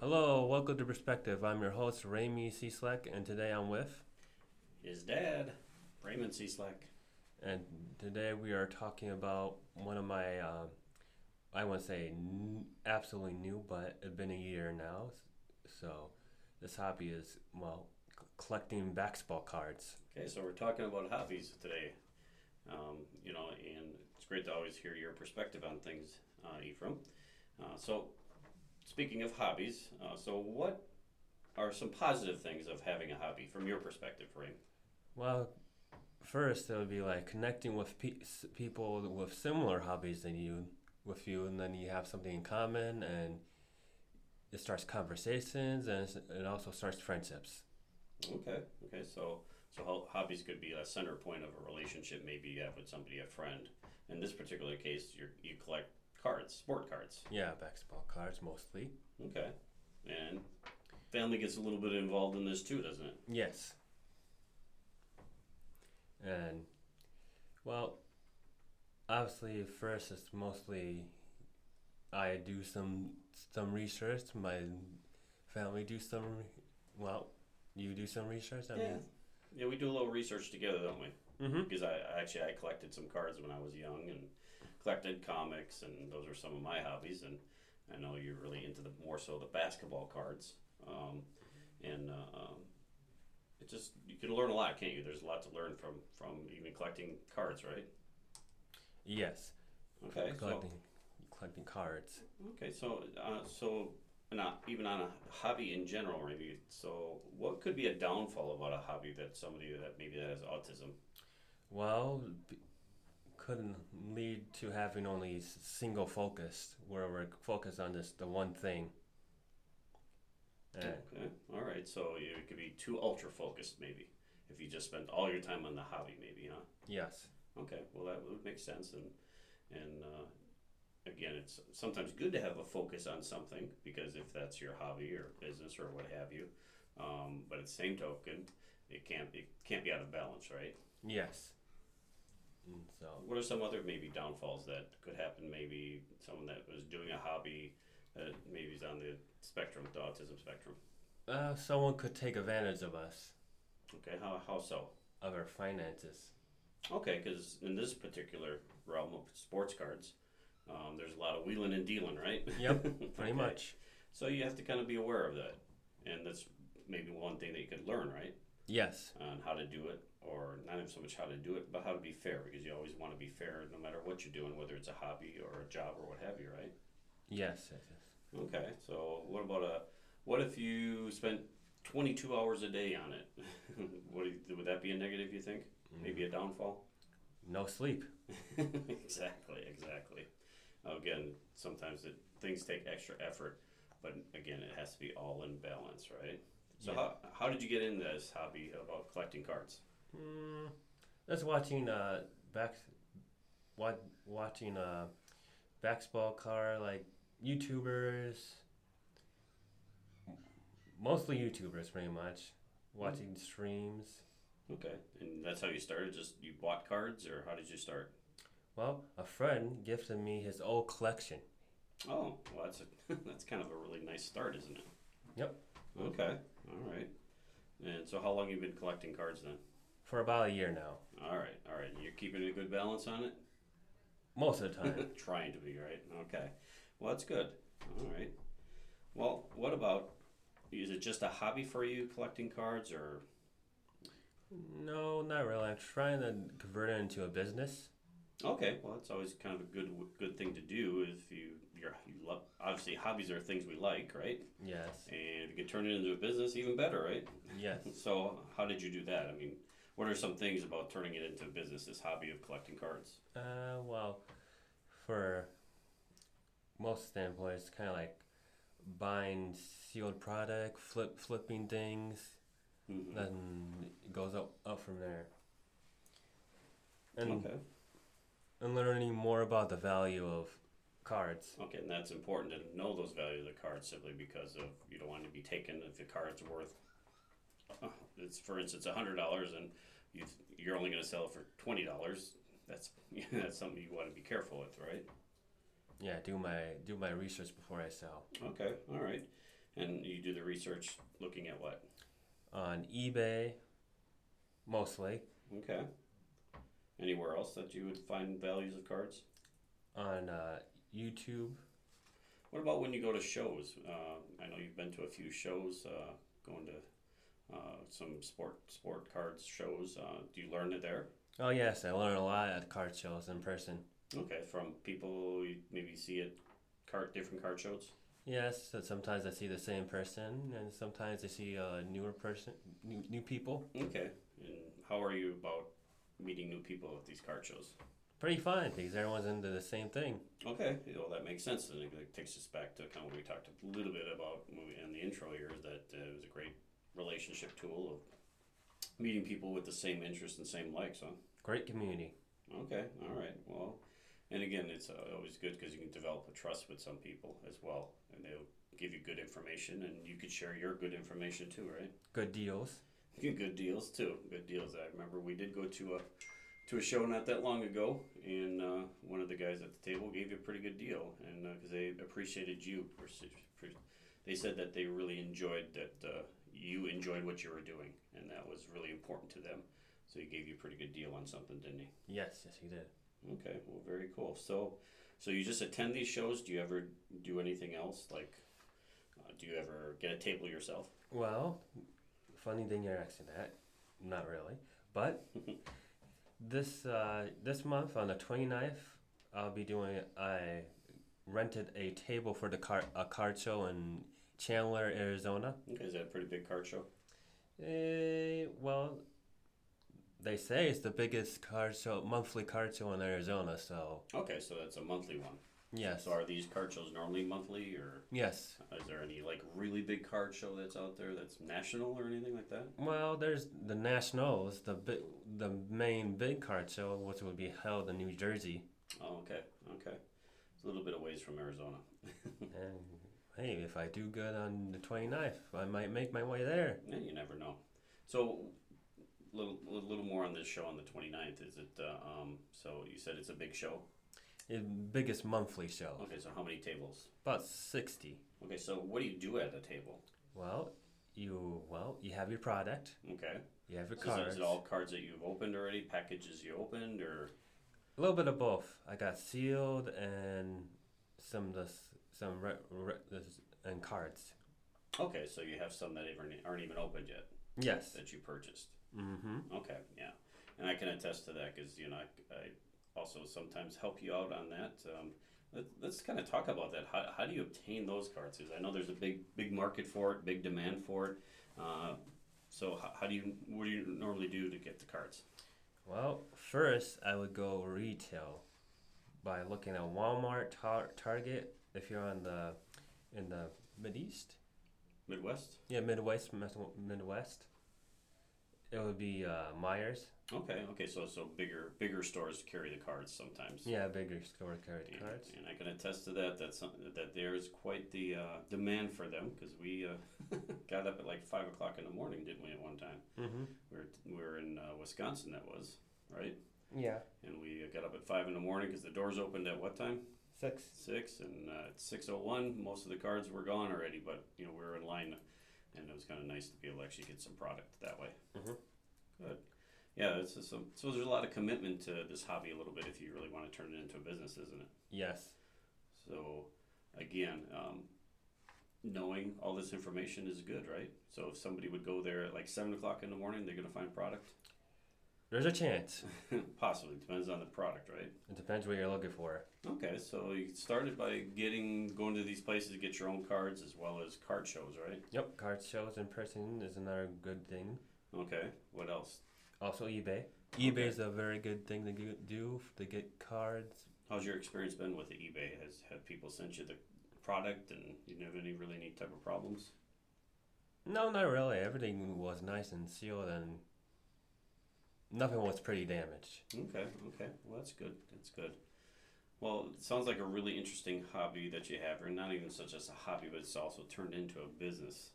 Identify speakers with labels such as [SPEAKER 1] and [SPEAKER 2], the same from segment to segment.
[SPEAKER 1] Hello, welcome to Perspective. I'm your host, Rami Cislek, and today I'm with,
[SPEAKER 2] His dad, Raymond C. Slack.
[SPEAKER 1] and today we are talking about one of my, um I won't say n- absolutely new, but it's been a year now. So this hobby is, well, c- collecting basketball cards.
[SPEAKER 2] Okay, so we're talking about hobbies today. Um, you know, and it's great to always hear your perspective on things, uh, Ephraim. Uh, so, speaking of hobbies, uh, so what are some positive things of having a hobby from your perspective, Raymond?
[SPEAKER 1] Well, first it would be like connecting with pe- s- people with similar hobbies than you, with you, and then you have something in common, and it starts conversations, and it's- it also starts friendships.
[SPEAKER 2] Okay, okay, so so ho- hobbies could be a center point of a relationship. Maybe you have with somebody, a friend. In this particular case, you you collect cards, sport cards.
[SPEAKER 1] Yeah, basketball cards mostly.
[SPEAKER 2] Okay, and family gets a little bit involved in this too, doesn't it?
[SPEAKER 1] Yes. And well, obviously first it's mostly I do some some research. My family do some. Re- well, you do some research. I
[SPEAKER 2] Yeah.
[SPEAKER 1] mean,
[SPEAKER 2] Yeah, we do a little research together, don't we?
[SPEAKER 1] Mhm.
[SPEAKER 2] Because I I actually I collected some cards when I was young and collected comics, and those are some of my hobbies. And I know you're really into the more so the basketball cards, um, and uh, um, it just you can learn a lot, can't you? There's a lot to learn from from even collecting cards, right?
[SPEAKER 1] yes,
[SPEAKER 2] Okay, so
[SPEAKER 1] collecting collecting cards.
[SPEAKER 2] okay, so uh, so not even on a hobby in general, maybe. So what could be a downfall about a hobby that somebody that maybe that has autism?
[SPEAKER 1] Well, b- couldn't lead to having only s- single focused, where we're focused on just the one thing. And
[SPEAKER 2] Okay. All right. So you it could be too ultra focused, maybe, if you just spent all your time on the hobby, maybe, huh?
[SPEAKER 1] yes,
[SPEAKER 2] Okay. Well, that would make sense. And and uh, again, it's sometimes good to have a focus on something because if that's your hobby or business or what have you, um, but at the same token, it can't it can't be out of balance, right?
[SPEAKER 1] yes. And so
[SPEAKER 2] What are some other maybe downfalls that could happen? Maybe someone that was doing a hobby that maybe is on the spectrum, the autism spectrum.
[SPEAKER 1] uh, someone could take advantage of us,
[SPEAKER 2] Okay. How how so?
[SPEAKER 1] of our finances.
[SPEAKER 2] Okay, because in this particular realm of sports cards, um, there's a lot of wheeling and dealing, right?
[SPEAKER 1] Yep, pretty
[SPEAKER 2] Okay.
[SPEAKER 1] much.
[SPEAKER 2] So you have to kind of be aware of that, and that's maybe one thing that you could learn, right,
[SPEAKER 1] Yes,
[SPEAKER 2] on how to do it, or not even so much how to do it, but how to be fair, because you always want to be fair, no matter what you're doing, whether it's a hobby or a job or what have you, right?
[SPEAKER 1] yes, yes, yes.
[SPEAKER 2] Okay, so what about a, what if you spent 22 hours a day on it? what do you, would that be a negative? You think maybe a downfall?
[SPEAKER 1] No sleep.
[SPEAKER 2] exactly, exactly. Again, sometimes it, things take extra effort, but again, it has to be all in balance, right? So, how, how did you get into this hobby about collecting cards?
[SPEAKER 1] Mm, that's watching uh back, wa- watching uh, basketball car like YouTubers, mostly YouTubers, pretty much. Watching streams.
[SPEAKER 2] Okay, and that's how you started. Just you bought cards, or how did you start?
[SPEAKER 1] Well, a friend gifted me his old collection.
[SPEAKER 2] Oh, well, that's a, that's kind of a really nice start, isn't it?
[SPEAKER 1] Yep.
[SPEAKER 2] Okay, all right. And so, how long you been collecting cards then?
[SPEAKER 1] For about a year now,
[SPEAKER 2] All right, all right. You're keeping a good balance on it.
[SPEAKER 1] most of the time.
[SPEAKER 2] Trying to be, right? Okay. Well, that's good. All right. Well, what about is it just a hobby for you collecting cards or
[SPEAKER 1] no, not really. I'm trying to convert it into a business.
[SPEAKER 2] Okay, well, that's always kind of a good good thing to do if you you're, you love obviously hobbies are things we like, right?
[SPEAKER 1] Yes.
[SPEAKER 2] And if you can turn it into a business, even better, right?
[SPEAKER 1] Yes.
[SPEAKER 2] So, how did you do that? I mean, what are some things about turning it into a business this hobby of collecting cards?
[SPEAKER 1] Uh, well, for most standpoints, kind of like buying sealed product, flip flipping things, Mm-hmm.
[SPEAKER 2] Mhm.
[SPEAKER 1] then it goes up up from there. And
[SPEAKER 2] Okay.
[SPEAKER 1] and learning more about the value of cards.
[SPEAKER 2] Okay, and that's important to know those values of the cards simply because of you don't want to be taken if the card's worth. uh, It's for instance a hundred dollars, and you you're only going to sell it for twenty dollars. That's that's something you want to be careful with, right?
[SPEAKER 1] Yeah, do my do my research before I sell.
[SPEAKER 2] Okay, all right. And you do the research looking at what?
[SPEAKER 1] on eBay, mostly
[SPEAKER 2] Okay. Anywhere else that you would find values of cards?
[SPEAKER 1] on uh, YouTube.
[SPEAKER 2] What about when you go to shows? Uh, I know you've been to a few shows, uh, going to uh, some sport sport cards shows. Uh, do you learn it there?
[SPEAKER 1] Oh yes, I learn a lot at card shows in person.
[SPEAKER 2] Okay, from people you maybe see at card different card shows.
[SPEAKER 1] Yes, so sometimes I see the same person, and sometimes I see a newer person, new, new people.
[SPEAKER 2] Okay, and how are you about meeting new people at these card shows?
[SPEAKER 1] Pretty fun because everyone's into the same thing.
[SPEAKER 2] Okay, well that makes sense, and it it takes us back to kind of what we talked a little bit about when we- in the intro here. is That uh, it was a great relationship tool of meeting people with the same interests and same likes, huh?
[SPEAKER 1] Great community.
[SPEAKER 2] Okay, all right. Well, and again, it's uh, always good because you can develop a trust with some people as well, and they'll give you good information, and you could share your good information too, right?
[SPEAKER 1] Good deals.
[SPEAKER 2] good deals too. Good deals. I remember we did go to a to a show not that long ago, and uh, one of the guys at the table gave you a pretty good deal, and because they appreciated you, for s- for- they said that they really enjoyed that uh, you enjoyed what you were doing, and that was really important to them. So he gave you a pretty good deal on something, didn't he?
[SPEAKER 1] Yes, yes, you did.
[SPEAKER 2] Okay, well, very cool. So, so you just attend these shows. Do you ever do anything else? Like, uh, do you ever get a table yourself?
[SPEAKER 1] Well, funny thing you're asking that. Not really, but this uh, this month on the 29th, I'll be doing. I rented a table for the car a card show in Chandler, Arizona.
[SPEAKER 2] Okay, is that a pretty big card show?
[SPEAKER 1] Eh, well, they say it's the biggest card show, monthly card show in Arizona. So
[SPEAKER 2] Okay, so that's a monthly one.
[SPEAKER 1] yes,
[SPEAKER 2] So are these card shows normally monthly, or
[SPEAKER 1] yes.
[SPEAKER 2] is there any like really big card show that's out there that's national or anything like that?
[SPEAKER 1] Well, there's the Nationals, the bi- the main big card show, which would be held in New Jersey.
[SPEAKER 2] Oh, okay, okay, it's a little bit of ways from Arizona.
[SPEAKER 1] and hey, if I do good on the 29th, I might make my way there.
[SPEAKER 2] Yeah, you never know. So, little little more on this show on the 29th. Is it? Uh, um, so you said it's a big show.
[SPEAKER 1] It's biggest monthly show,
[SPEAKER 2] Okay, so how many tables?
[SPEAKER 1] about 60.
[SPEAKER 2] Okay, so what do you do at a table?
[SPEAKER 1] Well, you well, you have your product,
[SPEAKER 2] Okay.
[SPEAKER 1] you have your
[SPEAKER 2] So
[SPEAKER 1] cards.
[SPEAKER 2] is it all cards that you've opened already, packages you opened, or
[SPEAKER 1] A little bit of both. I got sealed and some of the s- some re- re- this- and cards.
[SPEAKER 2] okay, so you have some that even aren't even opened yet
[SPEAKER 1] Yes.
[SPEAKER 2] that you purchased.
[SPEAKER 1] Mm-hmm.
[SPEAKER 2] Okay, yeah, and I can attest to that because you know I, I also sometimes help you out on that. Um, let, let's kind of talk about that. How, how do you obtain those cards? Because I know there's a big big market for it, big demand for it. Uh, so how, how do you what do you normally do to get the cards?
[SPEAKER 1] Well, first I would go retail by looking at Walmart, tar- Target. If you're on the in the Mid East,
[SPEAKER 2] Midwest.
[SPEAKER 1] yeah, Midwest, Mes- Midwest, it would be uh, Myers.
[SPEAKER 2] Okay, okay, so so bigger bigger stores carry the cards sometimes.
[SPEAKER 1] Yeah, bigger store carried
[SPEAKER 2] And,
[SPEAKER 1] cards.
[SPEAKER 2] and I can attest to that. That's something that there is quite the uh, demand for them because we uh, got up at like five o'clock in the morning, didn't we? At one time,
[SPEAKER 1] Mm-hmm.
[SPEAKER 2] we were, we were in uh, Wisconsin. That was right,
[SPEAKER 1] Yeah,
[SPEAKER 2] and we got up at five in the morning because the doors opened at what time?
[SPEAKER 1] six.
[SPEAKER 2] Six, and uh, at six o one, most of the cards were gone already. But you know, we were in line, and it was kind of nice to be able to actually get some product that way.
[SPEAKER 1] Mhm.
[SPEAKER 2] Good. Yeah, it's just some, so there's a lot of commitment to this hobby a little bit if you really want to turn it into a business, isn't it?
[SPEAKER 1] Yes.
[SPEAKER 2] So, again, um, knowing all this information is good, right? So, if somebody would go there at like seven o'clock in the morning, they're going to find product.
[SPEAKER 1] There's a chance.
[SPEAKER 2] Possibly depends on the product, right?
[SPEAKER 1] It depends what you're looking for.
[SPEAKER 2] Okay, so you started by getting going to these places to get your own cards as well as card shows, right?
[SPEAKER 1] Yep, card shows in person is another good thing.
[SPEAKER 2] Okay, what else?
[SPEAKER 1] Also, eBay.
[SPEAKER 2] Okay.
[SPEAKER 1] eBay is a very good thing to g- do f- to get cards.
[SPEAKER 2] How's your experience been with eBay? Has have people sent you the product and you didn't have any really any type of problems?
[SPEAKER 1] No, not really. Everything was nice and sealed, and nothing was pretty damaged.
[SPEAKER 2] Okay, okay. Well, that's good. That's good. Well, it sounds like a really interesting hobby that you have, or not even such as a hobby, but it's also turned into a business.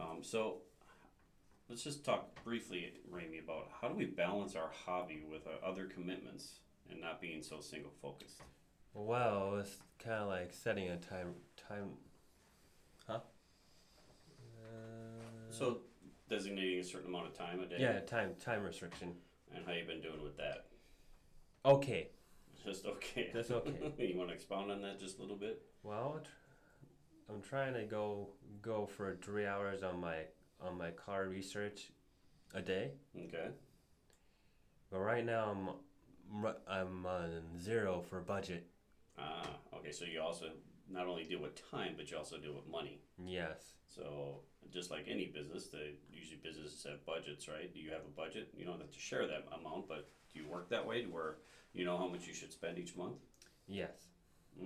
[SPEAKER 2] Um, so let's just talk briefly, Ramey, about how do we balance our hobby with our other commitments and not being so single focused?
[SPEAKER 1] Well, it's kind of like setting a time time. Uh,
[SPEAKER 2] So designating a certain amount of time a day.
[SPEAKER 1] yeah, time time restriction.
[SPEAKER 2] And how you been doing with that?
[SPEAKER 1] Okay,
[SPEAKER 2] Just okay.
[SPEAKER 1] that's okay.
[SPEAKER 2] you want to expound on that just a little bit?
[SPEAKER 1] well, tr- I'm trying to go go for three hours on my on my car research a day,
[SPEAKER 2] Okay.
[SPEAKER 1] but right now I'm ru- I'm on zero for budget.
[SPEAKER 2] Ah, okay. So you also not only deal with time, but you also deal with money.
[SPEAKER 1] Yes.
[SPEAKER 2] So just like any business, the usually businesses have budgets, right? Do you have a budget? You don't have to share that amount, but do you work that way to where you know how much you should spend each month?
[SPEAKER 1] Yes.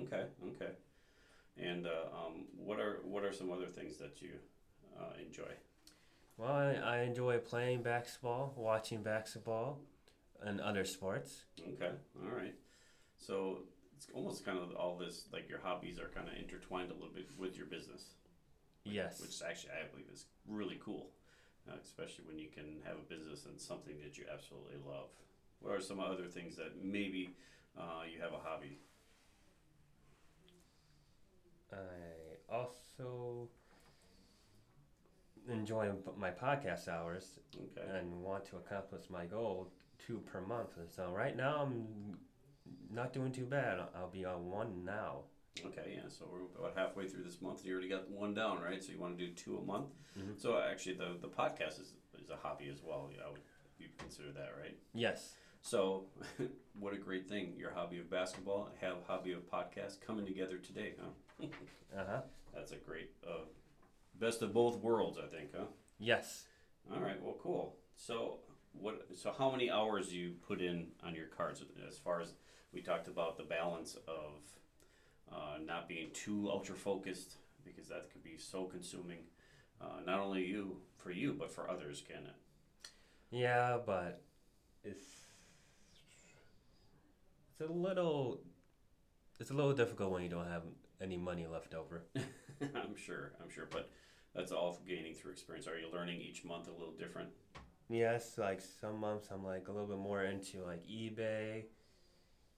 [SPEAKER 2] Okay, okay. And uh, um, what are what are some other things that you uh, enjoy?
[SPEAKER 1] Well, I, I enjoy playing basketball, watching basketball, and other sports.
[SPEAKER 2] Okay, all right. So it's almost kind of all this like your hobbies are kind of intertwined a little bit with your business. which-
[SPEAKER 1] Yes.
[SPEAKER 2] Which is actually I believe is really cool, uh, especially when you can have a business and something that you absolutely love. What are some other things that maybe uh, you have a hobby?
[SPEAKER 1] I also enjoy p- my podcast hours
[SPEAKER 2] Okay.
[SPEAKER 1] and want to accomplish my goal two per month. And so right now I'm not doing too bad. I'll be on one now.
[SPEAKER 2] Okay, yeah. So we're about halfway through this month. You already got one down, right? So you want to do two a month.
[SPEAKER 1] Mhm.
[SPEAKER 2] So actually, the the podcast is, is a hobby as well. You know, you consider that, right?
[SPEAKER 1] Yes.
[SPEAKER 2] So, what a great thing! Your hobby of basketball, and have hobby of podcast coming together today, huh?
[SPEAKER 1] Uh huh.
[SPEAKER 2] That's a great uh, best of both worlds, I think, huh?
[SPEAKER 1] Yes.
[SPEAKER 2] All right. Well, cool. So what? So how many hours do you put in on your cards? As far as we talked about the balance of uh, not being too ultra focused because that could be so consuming, uh, not only you for you but for others, can it?
[SPEAKER 1] Yeah, but it's it's a little it's a little difficult when you don't have any money left over.
[SPEAKER 2] I'm sure. I'm sure. But that's all gaining through experience. Are you learning each month a little different?
[SPEAKER 1] Yes, like some months I'm like a little bit more into like eBay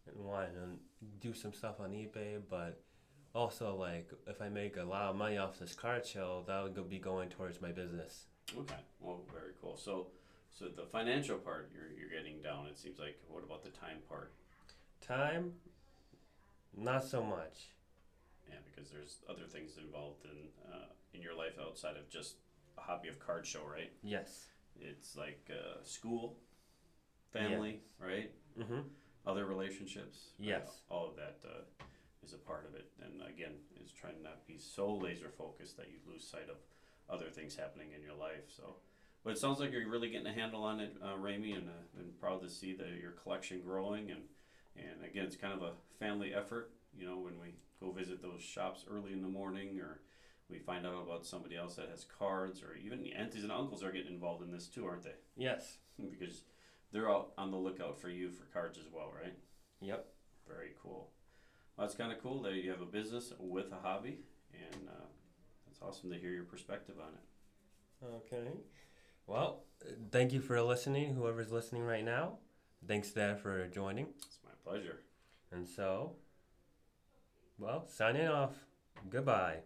[SPEAKER 1] and wanting to do some stuff on eBay, but also like if I make a lot of money off this card show, that would go- be going towards my business.
[SPEAKER 2] Okay. Well, very cool. So, so the financial part you're you're getting down. It seems like. What about the time part?
[SPEAKER 1] Time, not so much.
[SPEAKER 2] Yeah, because there's other things involved in uh, in your life outside of just a hobby of card show, right?
[SPEAKER 1] Yes.
[SPEAKER 2] It's like uh, school, family, right?
[SPEAKER 1] Mm-hmm.
[SPEAKER 2] Other relationships. right?
[SPEAKER 1] Yes.
[SPEAKER 2] All of that uh, is a part of it, and again, is trying to not be so laser focused that you lose sight of other things happening in your life. So. But it sounds like you're really getting a handle on it, uh, Ramey, and, uh, and proud to see that your collection growing. And, and again, it's kind of a family effort. You know, when we go visit those shops early in the morning, or we find out about somebody else that has cards, or even the aunties and uncles are getting involved in this too, aren't they?
[SPEAKER 1] Yes.
[SPEAKER 2] because they're out on the lookout for you for cards as well, right?
[SPEAKER 1] Yep.
[SPEAKER 2] Very cool. Well, that's kind of cool that you have a business with a hobby, and uh, it's awesome to hear your perspective on it.
[SPEAKER 1] Okay. Well, thank you for listening, whoever's listening right now. Thanks, Dad, for joining.
[SPEAKER 2] It's my pleasure.
[SPEAKER 1] And so, well, signing off. Goodbye.